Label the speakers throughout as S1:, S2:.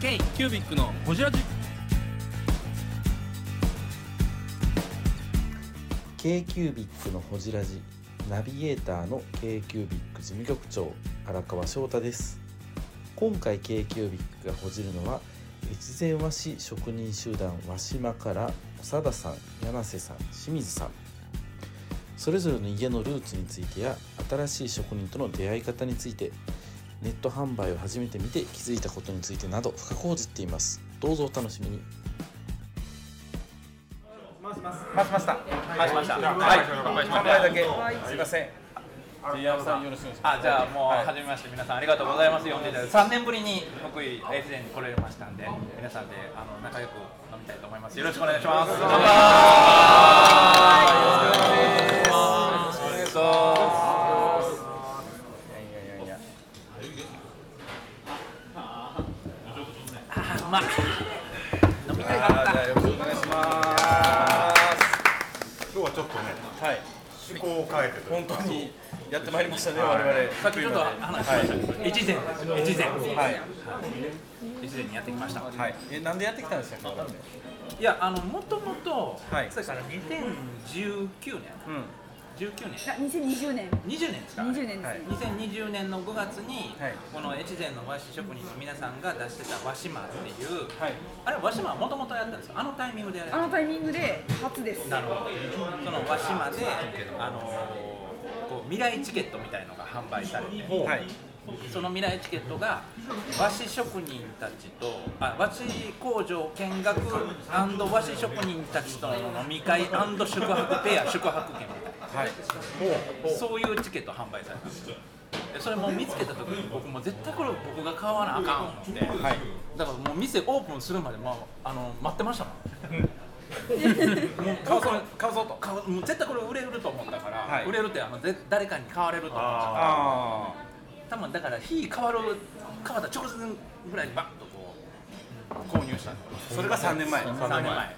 S1: K キュービックのホジラジ
S2: k q b i c のほじラジナビゲーターの k q b i c 事務局長荒川翔太です今回 k q b i c がほじるのは越前和紙職人集団和島から長田さん柳瀬さん清水さんそれぞれの家のルーツについてや新しい職人との出会い方についてネット販売を始めてみて気づいたことについてなど深く報じっていますどうぞお楽しみに
S3: 回しました。回しました。はい。乾杯だけ。すいません。
S4: あじゃあもう初めまして皆さんありがとうございます呼んでいただいて3年ぶりに福井越前に来れましたんで皆さんであの仲良く飲みたいと思いますよろしくお願いします乾杯よろしくお願いします
S3: いやいやいや。
S4: あうまい飲みたいか
S3: あーじゃあよろしくお願いします。
S5: 今日はちょっとね、
S3: はい。
S5: 趣向を変えてという
S3: 本当にやってまいりましたね我々。
S4: さっきちょっと話しましたけど越前越前
S3: はい。
S4: 越前にやってきました
S3: はい。えなんでやってきたんですか。
S4: いやあのもともと
S3: はい
S4: そうから
S3: う
S4: 2019年
S3: ん。
S4: 19年
S6: あ2020年
S4: 20年ですか
S6: 20年ですね、
S3: はい
S4: 2020年の5月に、
S3: はい
S4: この越前の和紙職人の皆さんが出してた和島っていう、
S3: はい
S4: あれ和島はもともとやったんですよあのタイミングでやられた
S6: あのタイミングで初です
S4: なるほどその和島で、あのーこう未来チケットみたいのが販売されて、
S3: はい。
S4: その未来チケットが和紙職人たちとあ和紙工場見学和紙職人たちとの飲み会宿泊ペア宿泊券みたいな
S3: はい。
S4: そういうチケット販売されたんですよでそれもう見つけた時に僕もう絶対これ僕が買わなあかん思って、
S3: はい。
S4: だからもう店オープンするまで、まあ、あの待ってましたもんもう買うそう買うぞと買うもう絶対これ売れると思ったから、
S3: はい
S4: 売れるってあのぜ誰かに買われると思った
S3: あ
S4: 多分だから日変わる変わった直前ぐらいにバッとこう購入したんで
S3: あ。それが3年前。
S4: 三年前
S3: はい。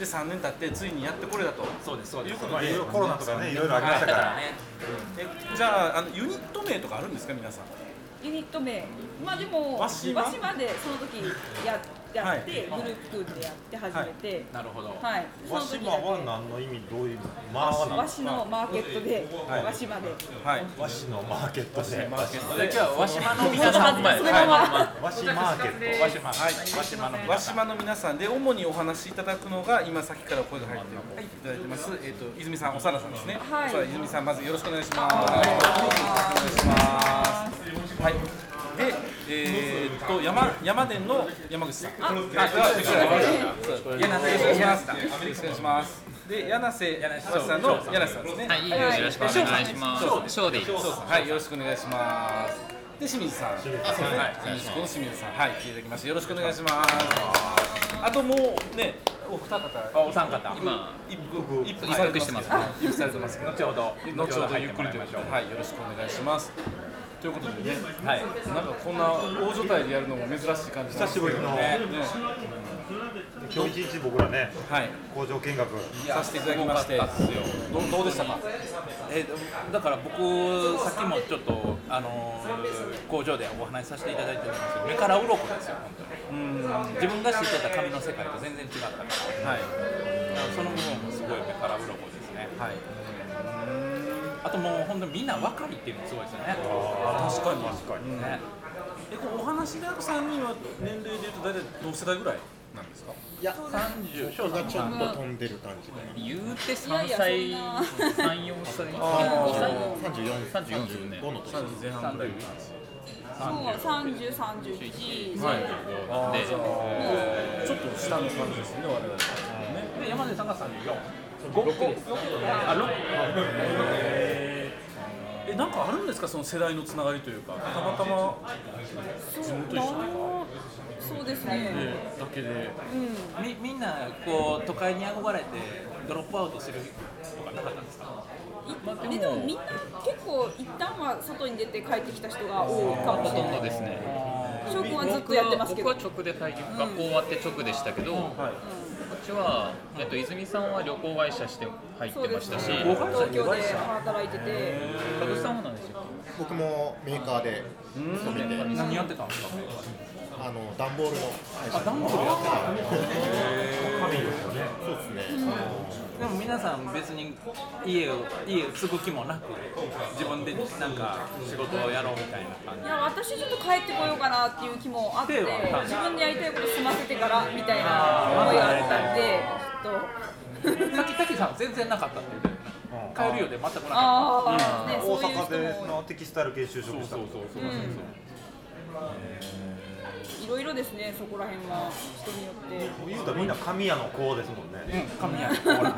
S3: で3年経ってついにやってこれだと。
S4: そうですそうです
S5: ことで、いろいろコロナとかね、いろいろありましたから、
S4: ね
S3: えじゃああのユニット名とかあるんですか皆さん。
S6: ユニット名まあでも
S3: わしま
S6: でその時ややって、
S4: はい
S6: グループ組んでやって始めて
S4: なるほど、
S6: はい、その
S5: 和
S6: 時
S5: 島は
S6: だ
S5: 何の意味、どういう、回し
S6: け
S5: な
S6: 和紙のマーケットで、
S3: はい
S6: 和島で
S3: はい。
S5: 和紙のマーケットで、和
S4: それで今日は和島の皆さん
S6: そのまま
S5: 紙マーケット。
S4: 和島
S3: はい
S4: 和島の
S3: 和
S4: 皆さん
S3: 島の皆さんで主にお話しいただくのが今さっきから声が入っていただいてます、えっ、と泉さん、おさらさんですね。
S6: はい
S3: おさら泉さんまずよろしくお願いします。よろしくお願いします。はい。で、えー、っと山山伝の山口さん。あ、よろしくお願いします。柳瀬よろしくお願いします。よろしくお願いします。で柳瀬柳瀬さんの柳瀬さんですね。
S7: はい、よろしくお願いします。ショーでいいです。
S3: はい、よろしくお願いします。で、清水さん。はい、この清水さん、はい、来ていただきまして、よろしくお願いします。あともうね、お二方、
S4: あお三方
S7: 今、
S3: 一服、一服
S7: 一服してますね
S3: 一服されてますけど、
S4: 後ほど
S3: 後ほどゆっくりということで、はい、よろしくお願いします。ということでね、
S4: はい
S3: なんかこんな大所帯でやるのも珍しい感じなんですけどね。
S5: 久今日一日僕らね、
S3: ねはい、
S5: 工場見学、
S3: させていただきまして、どうどうでしたか。
S4: えーだから僕、さっきもちょっと、あのー工場でお話しさせていただいてるんですけど、目から鱗ですよ、本当に。自分が知ってた紙の世界と全然違ったから、
S3: はい、
S4: その部分もすごい目から鱗ですね。
S3: はい、
S4: あともう、本当にみんな若いっていうのもすごいですよね。
S3: 確かに。
S4: ね
S3: え、こうお話である三人は年齢で言うと、大体同世代ぐらいなんですか。
S4: 30、翔さんは
S5: 飛んでる感じで、
S7: 言うて3
S6: い
S7: 歳、
S6: やいやそ
S7: 3、4歳、
S3: あ
S7: 34、34ですよね。
S5: どの
S3: 三十前半ぐらい。
S6: もう3031
S7: で、
S3: ちょっと下の感じですね、我々。
S4: で山根さんが34、5個です。あ、6
S3: え、なんかあるんですか、その世代のつながりというか、たまたま
S6: そうなんそうですね、
S3: だけで。
S4: みみんなこう都会に憧れてドロップアウトするとかなかったんですか
S6: いでもみんな結構一旦は外に出て帰ってきた人が多いかもし
S7: ほ
S6: れ
S7: と
S6: な
S7: んど
S6: い
S7: ですね。
S6: 翔くんはずっと
S7: 僕
S6: やって
S7: は
S6: ますけ
S7: 僕
S6: ど
S7: は直で退学、学校終わって直でしたけど、ちは、えっと、泉さんは旅行会社して入っ
S6: そう
S7: て
S6: で
S7: ますし
S6: ね
S7: たし、
S3: 旅行会社
S6: 東京で働いてて
S7: 加藤さんは何でしたっ
S8: 僕もメーカーで勤めて、
S3: 何やってたんですか
S8: あの段ボールの会社
S3: あ、ダンボールやってた
S8: そうですね、あの
S4: でも皆さん別に家を家を継ぐ気もなく自分でなんか仕事をやろうみたいな感じ
S6: いや私ちょっと帰ってこようかなっていう気もあって
S4: では
S6: 自分でやりたいこと済ませてからみたいな思いがあったんでちょっと
S4: さっき滝さん全然なかったって言ってた帰るよで全くなかった
S6: ああ、ね、そ
S5: 大
S6: ういう
S5: 阪で
S6: 人も
S5: のテキスタイル系就職した
S6: いろいろですねそこら辺は人によって。
S5: 言うたらみんな神谷の子ですもんね、
S4: 神谷
S5: ほら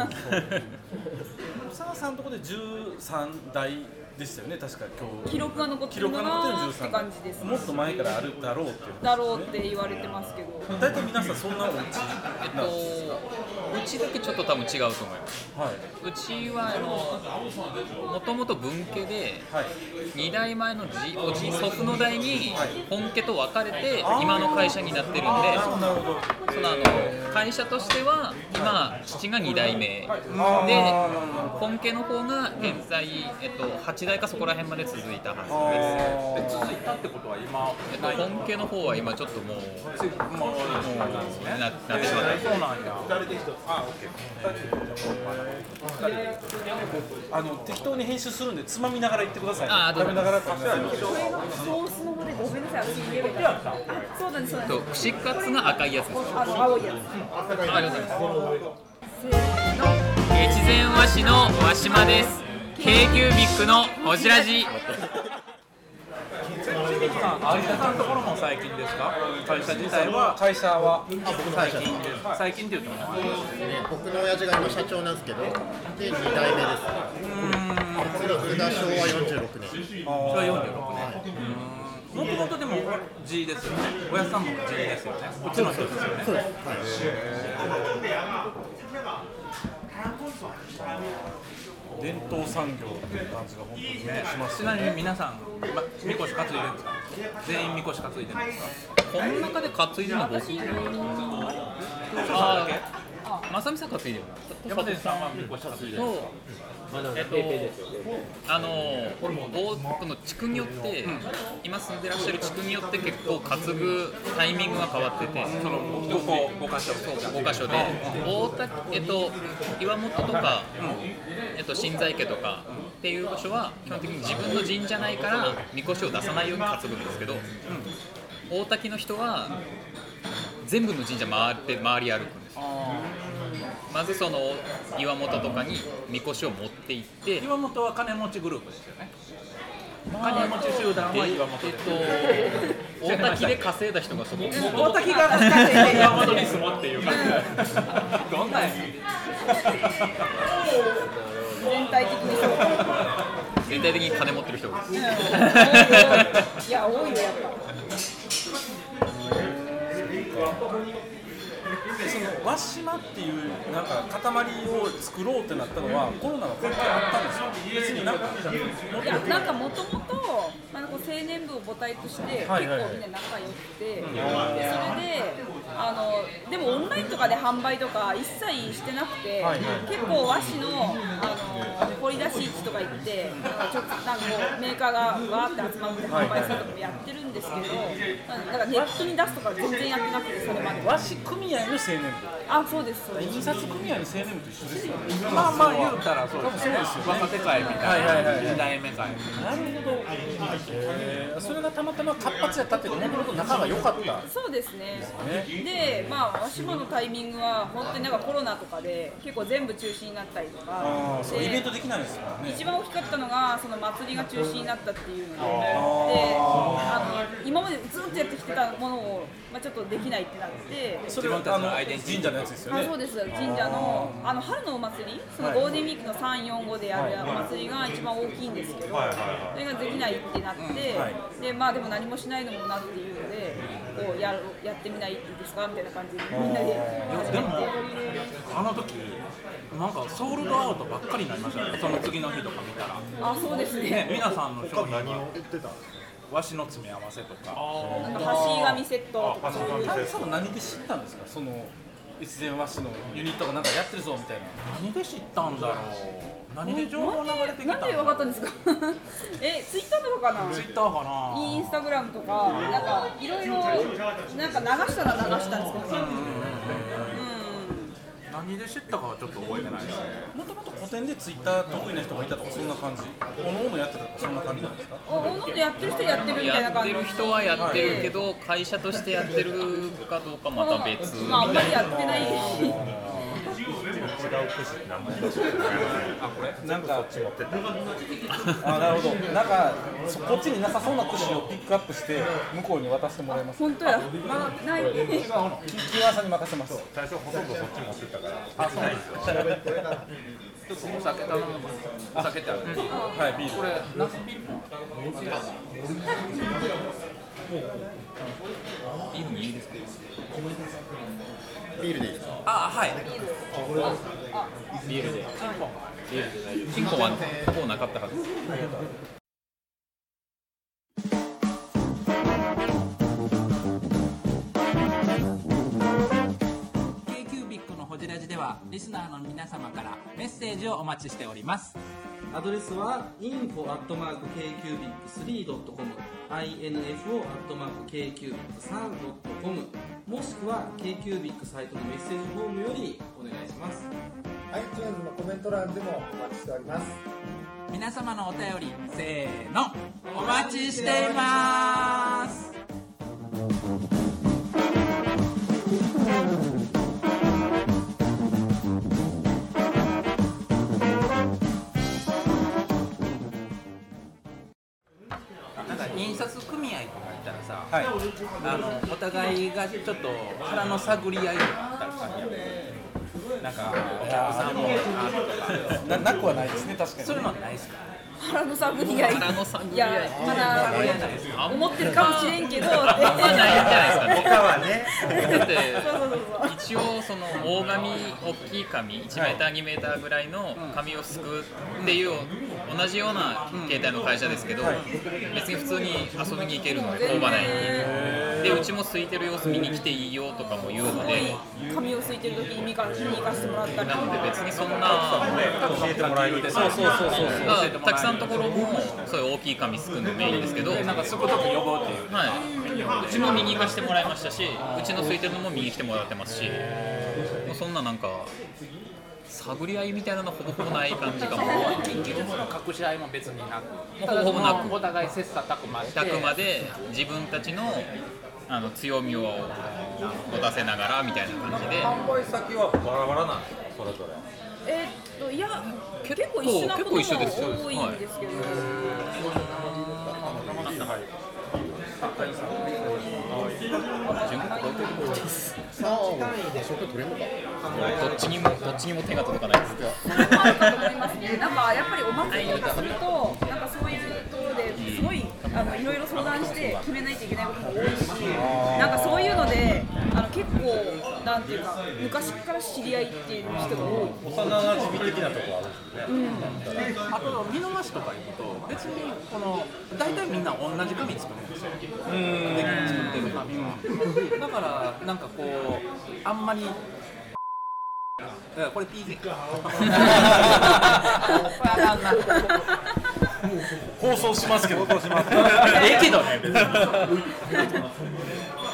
S3: 佐賀さんのとこで13代でしたよね、確か今日
S6: 記録が残ってるのがって感じです
S3: もっと前からあるだろうっていう
S6: だろうって言われてますけど
S3: 大体皆さんそんなお家なんです
S7: け、えっと、うちだけちょっと多分違うと思います
S3: はいう
S7: ちはあのもともと分家で
S3: はい
S7: 2代前のじおじ祖父の代に本家と別れて今の会社になってるんで
S3: あなるほど
S7: そのあの会社としては今父が2代目で本家の方が現在、えっと、8代かそこら辺まで続いたは
S4: で続いたってことは今
S7: ずです、えっと、本家の方は今ちょっともう
S4: ついもうなんです
S7: な
S4: ね
S7: なってしまった
S4: そうなんや
S3: あの適当に編集するんでつまみながら言ってください、ね。
S7: あー
S3: 食
S7: どうぞ
S3: べながら食べながら。
S6: これがソースの方でごめんなさい私入れるからあそうなんですそうなん
S7: えっ
S6: で
S7: と串カツが赤いやつです
S6: すあの青いや
S7: ありがとうございます
S6: つせーの
S7: 越前和紙の和島です k キュービックのほじらじ
S4: さん有田さんのところも最近ですか会社自体は
S3: 会社は
S4: 最近です最近っていうともう
S8: ね僕の親父が今社長なんですけど、で2代目です。それはそれが昭和46年。
S4: それは46年もともとでも G ですよねおやさんも G ですよねこっちの人ですよね
S8: そうです。はい。
S3: 伝統産業っていう感じが本当にします
S4: ちなみに皆さん、ま、みこし担いでるんですか全員みこし担いでるんですか
S7: この中で担いでるの僕あーまさみさん担いでるの
S4: 山手さんはみこし担いでるんですか
S7: えっと、あの大この地区によって、今住んでらっしゃる地区によって結構担ぐタイミングが変わってて、その
S4: どこ五箇所
S7: そう5箇所で、大田えっと、岩本とか、えっと、新在家とかっていう場所は、基本的に自分の神社内からみこしを出さないように担ぐんですけど、大滝の人は、全部の神社回って回り歩くんですよ。まずその岩本とかにみこしを持って行って、
S4: 岩本は金持ちグループですよね金持ち集団は岩本です
S7: えっと、大滝で稼いだ人がそこ、
S4: 大滝 が稼いで岩本に住もうっていう感じどんなんや
S6: 全体的にそう
S7: 全体的に金持ってる人が多いです。
S6: いや多いよやっぱ
S3: でその和島っていうなんか塊を作ろうってなったのはコロナの関係あったんですよ別になんか
S6: いやなんかもともと青年部を母体として結構みんな仲良くて、でそれであのでもオンラインとかで販売とか一切してなくて、結構和紙のあの掘り出し市とか行ってなんかちょっとなんかこうメーカーがわーって集まって販売するとかもやってるんですけど、なんかネットに出すとか全然やってなくてそれまで
S3: 和紙組合の青年
S6: あそうですそうで
S3: 部
S6: す
S3: 印刷組合の青年部と一緒ですよね
S4: まあまあ言うたらそうですね若手会みたいな時代目会
S3: なるほど、えー、それがたまたま活発やったっていうかもともと仲が良かった
S6: そうですね。で、まあ、お島のタイミングは、本当になんかコロナとかで、結構全部中止になったりと
S3: あ
S6: か
S3: ー。そうイベント
S6: で
S3: できないですからね
S6: 一番大きかったのが、その祭りが中止になったっていうので、であの今までずっとやってきてたものを、まあ、ちょっとできないってなって、
S3: それはあの神社のやつですよ
S6: あ
S3: ね
S6: そうです神社のあの春のお祭りそのゴールデンウィークの3、4、5でやるお祭りが一番大きいんですけど、それができないってなって、でまあでも何もしないのもなっていうので、こうやるやってみないですかみたいな感じでみんなで始めて。
S4: あの時なんかソールドアウトばっかりになりましたねその次の日とか見たら
S6: あそうです
S4: ね
S6: ね。
S4: 皆さんの商品
S5: 何を売ってたんです
S4: 和紙の詰め合わせとか
S6: なんか橋紙セットとかそういう
S3: あれさんは何で知ったんですかその越前和紙のユニットがなんかやってるぞみたいな
S4: 何で知ったんだろう何で情報流れてきた
S6: なんで分かったんですかえツイッターとかかな
S4: ツイッターかな
S6: インスタグラムとかなんかいろいろなんか流したら流したんですけど、
S4: 何で知ったかはちょっと覚えてないですね
S3: もともと古典でツイッター得意な人がいたとかそんな感じおのおのやってたとかそんな感じなんですか
S6: うん、おおのおのやってる人やってるみたいな
S7: やっ
S6: 感
S7: て
S6: じ
S7: る人はやってるけど会社としてやってるかどうかまた別
S6: まああんまりやってないし
S5: 違うくじって何も言ってない
S3: あこれなんか
S5: 持ってった
S3: あなるほどなんかそこっちになさそうな串をピックアップして向こうに渡してもらいます
S6: 本当やまあない
S3: 違うのキキワさんに任せます
S5: 最初ほとんどそっち持ってったから
S7: ちょっとお酒頼むお酒ってある
S3: はいビールこれ
S7: いいのいいですか
S8: ビールでいいですか
S4: あはい
S7: ビールでチンコはもうなかったはず
S4: キュービックのホジラジではリスナーの皆様からメッセージをお待ちしております
S1: アドレスは info.kcubic3.com info.kcubic3.com もしくは KQBIC サイトのメッセージフォームよりお願いします
S9: iTunes のコメント欄でもお待ちしております
S4: 皆様のお便りせーのお待ちしていますなんか印刷組合とか行ったらさ、
S3: はい
S4: あのお互いがちょっと腹の探り合いとかあったらさなんかお客さんもあと
S3: な
S4: か
S3: なくはないですね確かに
S4: そういうのはないですか
S6: 腹の探り合い
S7: 腹の探
S6: い
S7: り合い
S6: やまだ
S4: 探り合いないです
S7: あん
S6: 思ってるかもしれんけどって
S7: まないんじゃないですかね
S5: はね
S7: だって
S6: そうそうそうそう
S7: 一応その大紙大きい紙1メーター2メーターぐらいの紙をすくうっていう同じような携帯の会社ですけど別に普通に遊びに行けるので
S6: 全
S7: 工場内に
S6: 然
S7: でうちも空いてる様子見に来ていいよとかも言うので
S6: 髪をすいてる時に見から見に行かせてもらったり
S7: なので別にそんな
S3: 教えてもらえるってそうそうそうそうそう
S7: まあたくさんのところもそういう大きい紙すくうのメインですけど
S3: なんかそことく呼ぼうっていう
S7: はいうちも右行かしてもらいましたしうちの空いてるのも右来てもらってますしもうそんななんか探り合いみたいなのほぼほぼない感じかも
S4: 緊急の隠し合いも別になく
S7: ほぼほぼなく
S4: お互い切磋琢磨して
S7: 宅まで自分たちのあの強みを出せながらみたいな感じで
S5: 販売先はバラバラなんですかそれぞれ
S6: えーっといや結構一緒なことも多いん
S7: 結構一緒です
S6: ですけど、
S8: 3を場所って取れるのか
S7: どっちにもどっちにも手が届かないです
S6: あるかと思いますね。なんかやっぱりお祭りとかすると、なんかそういうところですごいあのいろいろ相談して決めないといけないことも多いし、なんかそういうので、あの結構なんていうか昔から知り合いっていう人が多い。
S5: 幼馴染的なとこある
S4: あと見逃しとか行くと別にこの大体みんな同じ紙作るんですよで作ってる紙もだからなんかこうあんまりだからこれ PJ これあかんな
S3: 放送しますけど放送します
S4: ええけどね別に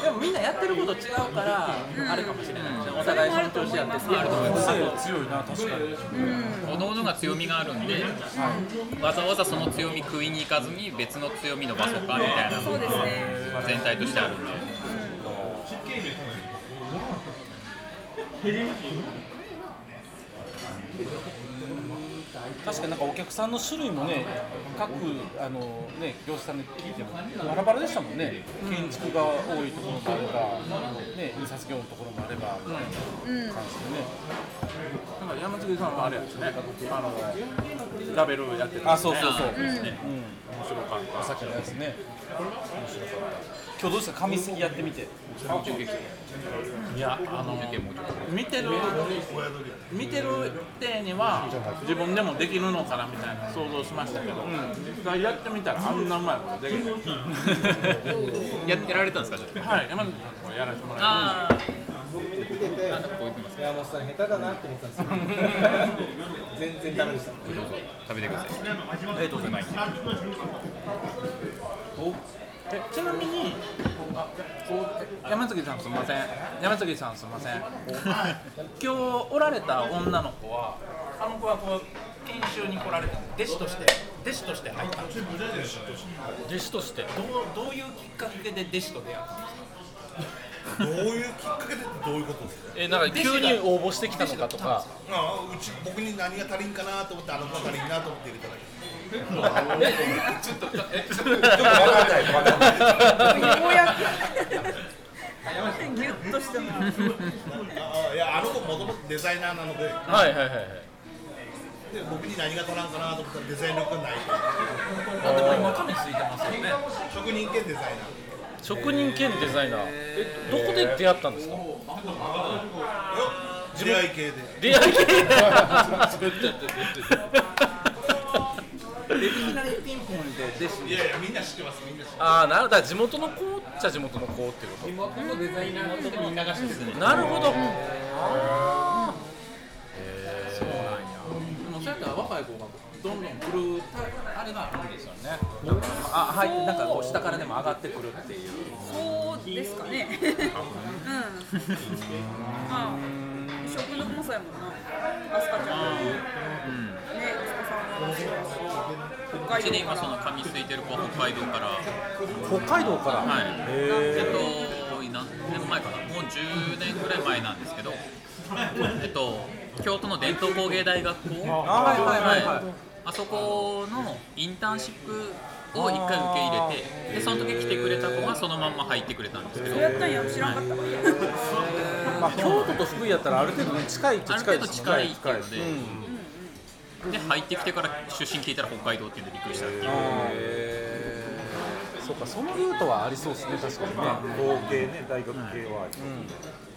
S4: でもみんなやってること違うから、あるかもしれないですねお互いその調子やって
S6: あると
S4: 思い
S3: 個性強いな確かに
S7: おののが強みがあるんでわざわざその強み食いに行かずに別の強みの場所かみたいなの
S6: そうです
S7: が
S6: ね。
S7: 全体としてあるんで
S3: 確かになんかお客さんの種類もね各あのね業者さんで聞いてもバラバラでしたもんね建築が多いところもあればね印刷業のところもあればみたいな感じでね
S4: だから山杉さんはあれやですねあのラベルやってた
S3: あそうそうそう
S6: うん、
S3: 面白かったさっきのやつね面白かった今日どうですか紙すぎやってみて
S7: いやあのもうちょっと
S4: 見てる見てる手には自分でもできるのかなみたいな想像しましたけど、実際やってみたらあんなうまいことできない
S7: ややられたんですかちょっと
S4: はい山崎さんこれやらせてもらいます
S7: ああ
S9: 見てて、
S7: あなんかこう言ってます
S9: 山本さん下手だなって思ったんですよ。全然ダメでした。
S7: 食べてください
S3: ありがとうございます。
S4: えちなみにあお山崎さんすみません山崎さんすみません今日おられた女の子はあの子はこう研修に来られたんで弟子として弟子として入ったんですか
S7: 弟子として
S4: どうどういうきっかけで弟子と出会ったんですか
S5: どういうきっかけでどういうことですか
S7: えなんか急に応募してきたのかとか
S5: あうち僕に何が足りんかなと思ってあの子が足りんなと思って入れただけ
S7: ちょっとえ
S6: ようやくギュッとしてます
S5: ああいやあの子もともとデザイナーなのでで
S7: はいはいはいはい
S5: 僕に何が足らんかなと思ったらデザイン力がない
S4: だってもう今髪ついてますよね
S5: 職人兼デザイ
S7: 職人兼デザイナーえどこで出会ったんですか
S5: ナー出会い系で
S7: 出会い系
S4: でいきなりピンポンで弟子
S5: いやいやみんな知ってますみんな知ってま
S7: ああなるほど地元の子っちゃ地元の子っていうこ
S9: このデザイナーのみんなが知ってる。
S7: となるほど
S4: でもそうやったら若い子がどんどん来るあれがあるんですよねあ入ってなんかこう下からでも上がってくるっていう
S6: そうですかね。うん。まあ、食欲もそうやもんな。アスカちゃん。ね、アスカさんは。北
S7: うち
S6: 海
S7: で
S6: 道か
S7: 今その
S6: ら。
S7: 髪すいてる子は北海道からは
S2: 北海道から、
S7: いえっと何年前かなもう10年ぐらい前なんですけどえっと京都の伝統工芸大学校
S4: はいはいはいはい
S7: あそこのインターンシップを1回受け入れてでその時来てくれた子がそのまんま入ってくれたんですけど
S6: そうやったんや、知らんかったわ。
S2: まあ、京都と福井やったらある程度ね近いっち
S7: あ
S2: ゃ
S7: る
S2: 近い
S7: 程
S2: で
S7: 度
S2: す
S7: 近いっていう
S2: で
S7: の
S2: す
S7: で
S2: ね、
S7: で入ってきてから出身聞いたら北海道っていうんでびっくりしたっていう
S2: そうかそのルートはありそうですね確かにね
S5: す合計ね大学系は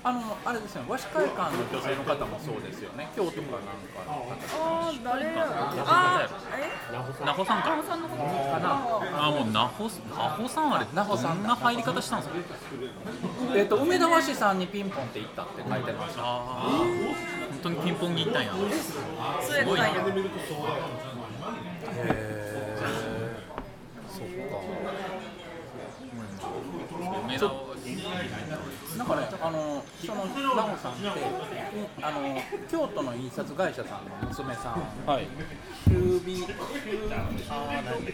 S4: あのあれですよね和紙会館の女性の方もそうですよね京都かなんかの
S6: あー、誰やろ。あー、え、
S7: 那穂さん
S6: あ
S7: か
S6: のさんのことかな。
S7: あもう那穂那穂さんあれ
S4: 那穂さん
S7: どんな入り方したんですか
S4: えっと梅田和紙さんにピンポンって行ったって書いてました
S7: ああ本当にピンポンに行ったんや
S6: そうやったんや。
S7: 梅田
S4: だからねあのその奈穂さんってあの京都の印刷会社さんの娘さん
S7: はい
S4: 修美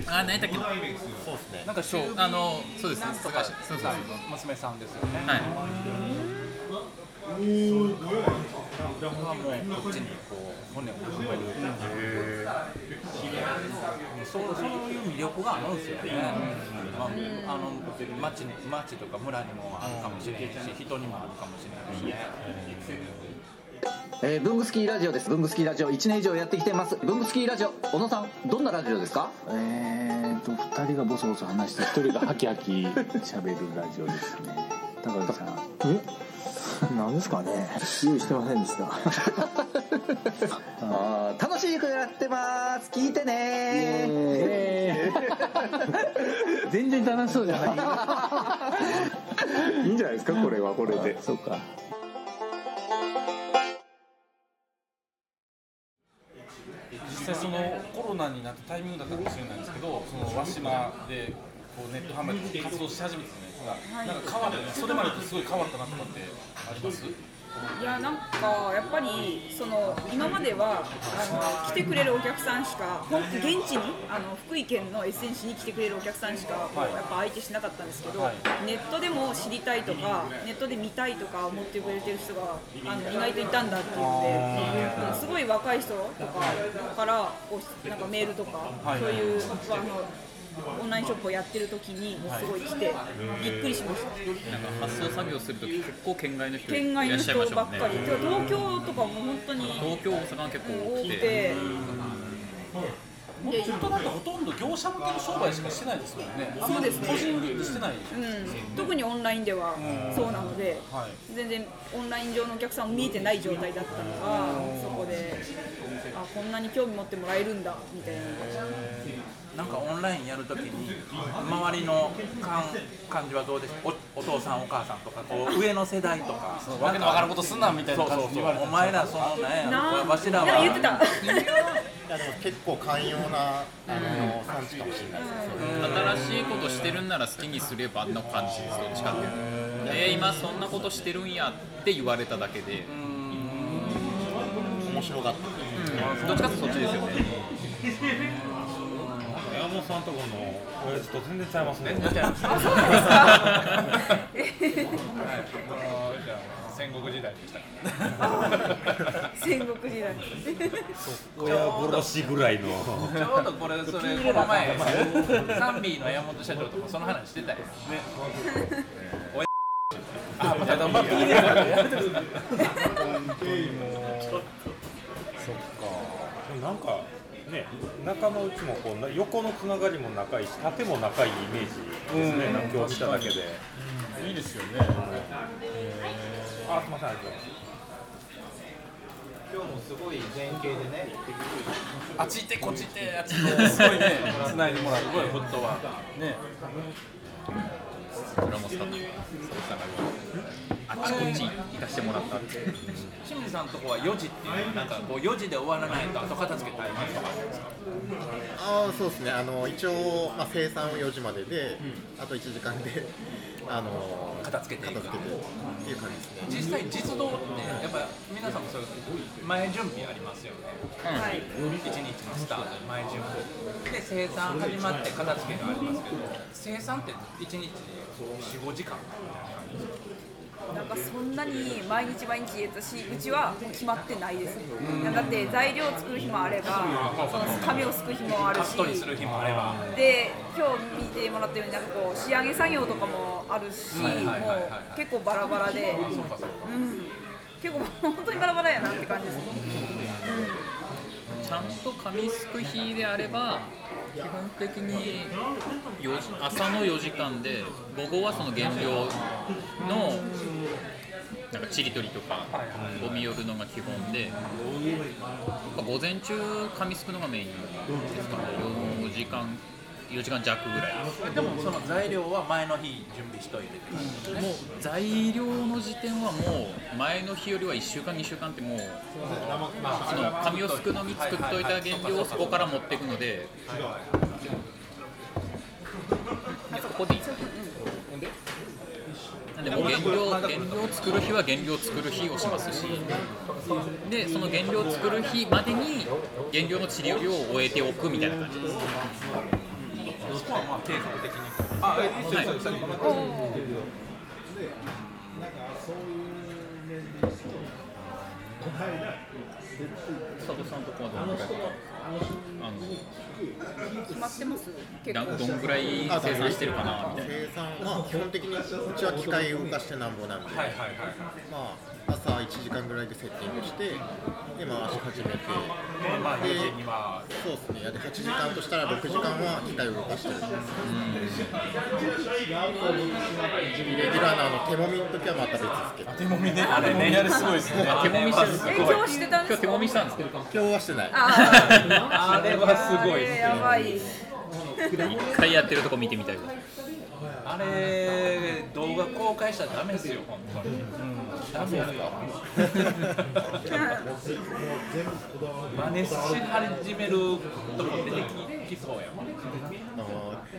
S7: あ何やったっけな
S4: なんか修美
S7: あのそうですね
S4: なんと
S7: 高
S4: か
S7: 橋
S4: さ
S7: そうそうそうん
S4: の娘さんですよね
S7: はい
S4: 僕はもうこっちにこう骨を運べるそうそういう魅力があるんですよね、まあ、あの町に町とか村にもあるかもしれないし人にもあるかもしれないしね、
S10: えー、ブングスキーラジオです。ブングスキーラジオ1年以上やってきてます。ブングスキーラジオ、小野さん、どんなラジオですかえーと、2人がボソボソ話して、1人がハキハキ喋るラジオですね。高橋さん。えなんですかね用意してませんでした。あー楽しい曲やってます。聞いてね全然楽しそうじゃない。いいんじゃないですか、これはこれで。そうか。
S3: 実際そのコロナになってタイミングだったかもしれないんですけど、その和島でこうネット販売で活動し始めてたじゃないですか。なんか変わった、それまでとすごい変わったなとかってあります？
S6: いやなんかやっぱりその今まではあの来てくれるお客さんしか本当現地にあの福井県のエッセンシに来てくれるお客さんしかこうやっぱ相手しなかったんですけど、ネットでも知りたいとかネットで見たいとか思ってくれてる人があの意外といたんだっていうので、うんすごい若い人とかからこうなんかメールとか、そういうあのオンラインショップをやってる時にすごい来てびっくりしました。
S7: なんか発送作業するとき結構県外の人
S6: 県
S7: い
S6: 外
S7: ら
S6: の
S7: っしゃい
S6: 人
S7: ました
S6: ば
S7: も
S6: っ
S7: ん
S6: か
S7: ね
S6: り、東京とかも本当に
S7: 東京大阪は結構
S6: 多
S7: 多
S6: く
S7: くて
S6: て、
S3: もっとなんかほとんど業者向けの商売しかしてないですもんね。
S6: そうですね
S3: 個人でしてない。
S6: うん、特にオンラインではそうなので、全然オンライン上のお客さん見えてない状態だったのが、そこであこんなに興味持ってもらえるんだみたいな
S4: なんかオンラインやるときに周りの感感じはどうですかおお父さんお母さんとかこう上の世代とか
S3: うわけのわからんことすんなみたいな感じで
S4: そう
S3: 言わ
S4: そ
S3: れ
S4: うそう
S3: た
S4: お前らそのね
S6: な
S4: わしら
S6: いや
S4: は
S6: 言ってた
S8: いやでも結構寛容なあの産地かもしれないですね
S7: 新しいことしてるんなら好きにすればの感じですどっちかっていうとえー今そんなことしてるんやって言われただけで
S8: 面白かった
S7: どっちかっていうとそっちですよね
S5: 山本さんとこの親父と全然ちゃいますね。
S6: あそうなんですか
S3: 戦国時代でした。
S6: 戦国時代
S5: 親殺しぐらいの。
S4: ちょうどこれそれこの前サンビーの山本社長とかその話してたよね
S3: あ、また頑張っていいですか。
S5: でもなんかね、仲間うちもこうな横のつながりも仲いいし縦も仲いいイメージですね、なんか今日見ただけで、いいですよね、あすみませんありがとうございます
S3: あっち行ってこっち行ってあっち行ってすごいね。繋いでもらう。すごいフットワーク。ね。
S7: ラモスさんのあっちこっち行かしてもらったって
S4: 清水さんのとこは4時っていうなんかこう4時で終わらないと後片付け大変とか
S8: ああそうですねあの一応、まあ、生産を4時までで、あと1時間であの
S4: 片付けていく
S8: 片付けてっていう感じですね
S4: 実際実動ってやっぱ皆さんもそうですけど前準備ありますよね
S6: はい
S4: 一日のスタート前準備で生産始まって片付けがありますけど生産って一日で45時間
S6: なんかそんなに毎日毎日やったしうちは決まってないですねなんかだって材料作る日もあればその紙をすく日もある
S4: カ
S6: し
S4: ットにする日もあれば
S6: で今日見てもらったようになんかこう仕上げ作業とかもあるし、
S4: はいはいはいはい
S6: もう結構バラバラで、うん、結構本当にバラバラやなって感じですね。
S7: ちゃんと紙すく日であれば基本的によじ朝の4時間で午後はその原料のなんかちり取りとかゴミ寄るのが基本で、まあ午前中紙すくのがメインですから4時間4時間弱ぐらいです
S4: でもその材料は前の日準備しといてって感じ
S7: もう材料の時点はもう前の日よりは1週間2週間ってもうその紙をすくのに作っといた原料をそこから持っていくのででここでいいなんでもう原料原料を作る日は原料を作る日をしますしでその原料を作る日までに原料の治療量を終えておくみたいな感じです
S4: そこはまあ計画的にあいいですよいいですよ
S7: 佐藤さんとこはどのくらいあの
S6: 決まってます結
S7: ラ
S6: 構
S7: ンどんぐらい生産してるかなみたいな。
S8: 生産は基本的にうちは機械を動かしてなんぼなんで、まあ、朝1時間ぐらいでセッティングしてで回し始めて
S4: まあ
S8: で
S4: 4時には
S8: そうですねで8時間としたら6時間は機械を動かしてるんですレギュラーのあの手もみの時はまた別ですけど
S3: 手もみね。あれね。やるすごいですね。
S7: 手もみしてるんですよ
S6: え今日してたんで
S7: 今
S6: すか
S7: 日手もみしたんですけど、一
S8: 今日はしてない
S6: あー
S3: あれはすごいですね
S6: あれやばい
S7: 回やってるとこ見てみたいわ。
S4: あれ動画公開したらダメですよ本当に、ダメですよ真似し始めるとこ出てききそうやもん
S8: あの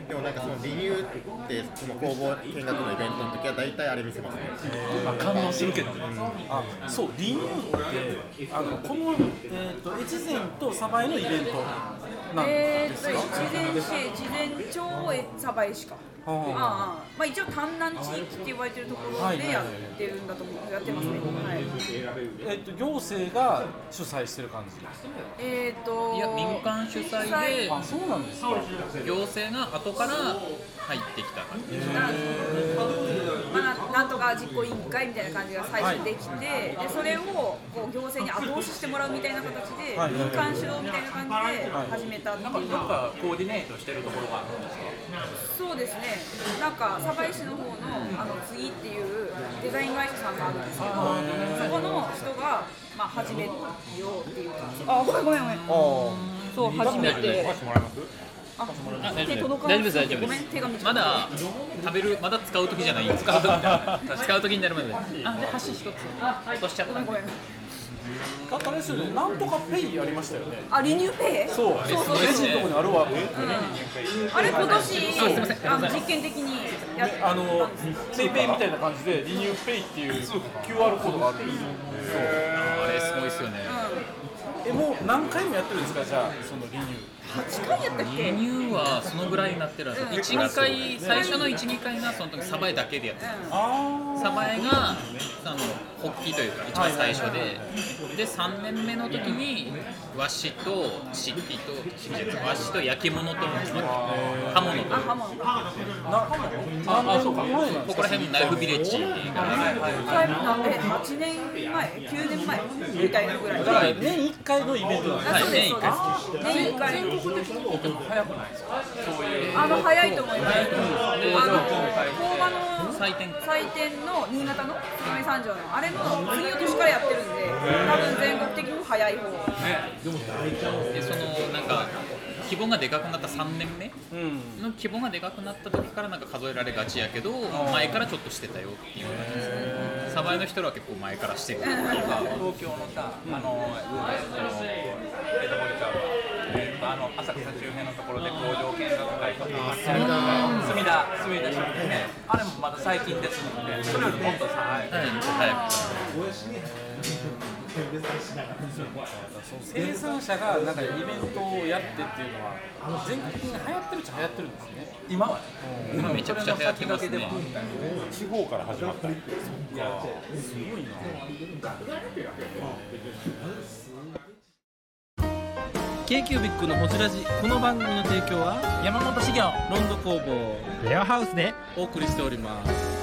S8: でもなんかそのリニューってその工房見学のイベントの時は大体あれ見せますね
S4: まあ感動するけどね
S3: あそうリニューってあのこの、えー、と越前と鯖江のイベントなん
S6: え
S3: で
S6: ーっ
S3: す
S6: と
S3: よ、
S6: 事前市事前超えサバイしか
S3: あ
S6: あああまあ、一応丹南地域って言われてるところでやってるんだと思うやってますね、はい、
S3: えっと行政が主催してる感じ
S6: えっ、と
S7: いや民間主催で
S3: あそうなんですか
S7: 行政が後から入ってきた感じ
S6: なまあ、なんとか実行委員会みたいな感じが最初できて、でそれをこう行政に後押ししてもらうみたいな形で、民間主導みたいな感じで始めたっていう、
S4: どっかコーディネートしてるところがあるんですか
S6: そうですねなんか鯖江市の方のあの次っていうデザイン会社さんがあるんですけど、そこの人が、まあ、始めようっていうかあごめんごめんごめんそう始めてあ手届かない
S7: 大丈夫です大丈夫です
S6: ごめん手が短い
S7: まだ食べるまだ使う時じゃない使う時になる使う時になるまであで箸一つ落としちゃっ
S6: ごめんごめん
S3: だからですよねなんとかペイやりましたよね
S6: あリニューペイ
S3: そう
S6: そうそう
S3: レジのとこにあるわ
S6: あれ今年あの実験的にやっ
S3: あのペイペイみたいな感じでリニューペイっていう QR コードがあるんですよ
S7: たあれすごいですよね
S3: えもう何回もやってるんですかじゃあそのリニュー
S6: 8回やったっけ
S7: 輸入はそのぐらいになってるんですよ、1、2回、最初の1、2回がその時鯖江だけでやってた、鯖江があの発起というか、一番最初で、で3年目の時に、和紙と漆器と、漆器じゃない和紙と焼き物と、刃物と、
S6: あハモン
S7: あそうかここら辺のナイフビレッジっていうか、
S6: え8年前9年前みたいなぐら
S3: だ
S6: い
S3: から年1回のイベントなんです
S6: あそうです
S7: 年
S6: そ
S7: 一
S6: うです
S7: 回
S6: 年1回
S4: 全国的にとても早くないですか
S6: あの早いと思います。あの
S7: で
S6: 工場の
S7: 採点
S6: 祭典の新潟の津波三条のあれの次の年からやってるんで、多分全国的にも早い方。
S7: でそのなんか規模がでかくなった3年目の規模がでかくなった時からなんか数えられがちやけど前からちょっとしてたよっていう感じですねサバイの人らは結構前からしてるっていうか
S4: 東京のさ、あの、えっと、えっと、堀ちゃんは、えっと、あの、浅草周辺のところで工場見学会とか、隅田、隅田商店ね、あれもまだ最近ですもんね、それよりもっとさ、
S7: はいは
S3: 生産者がなんかイベントをやってっていうのは全国的に流行ってるっちゃ流行ってるんですね
S4: 今はね、
S7: い今めちゃくちゃ流行ってますね
S5: 地方から始まったり
S3: 山本資源ロンド工房レアハウスでお送りしております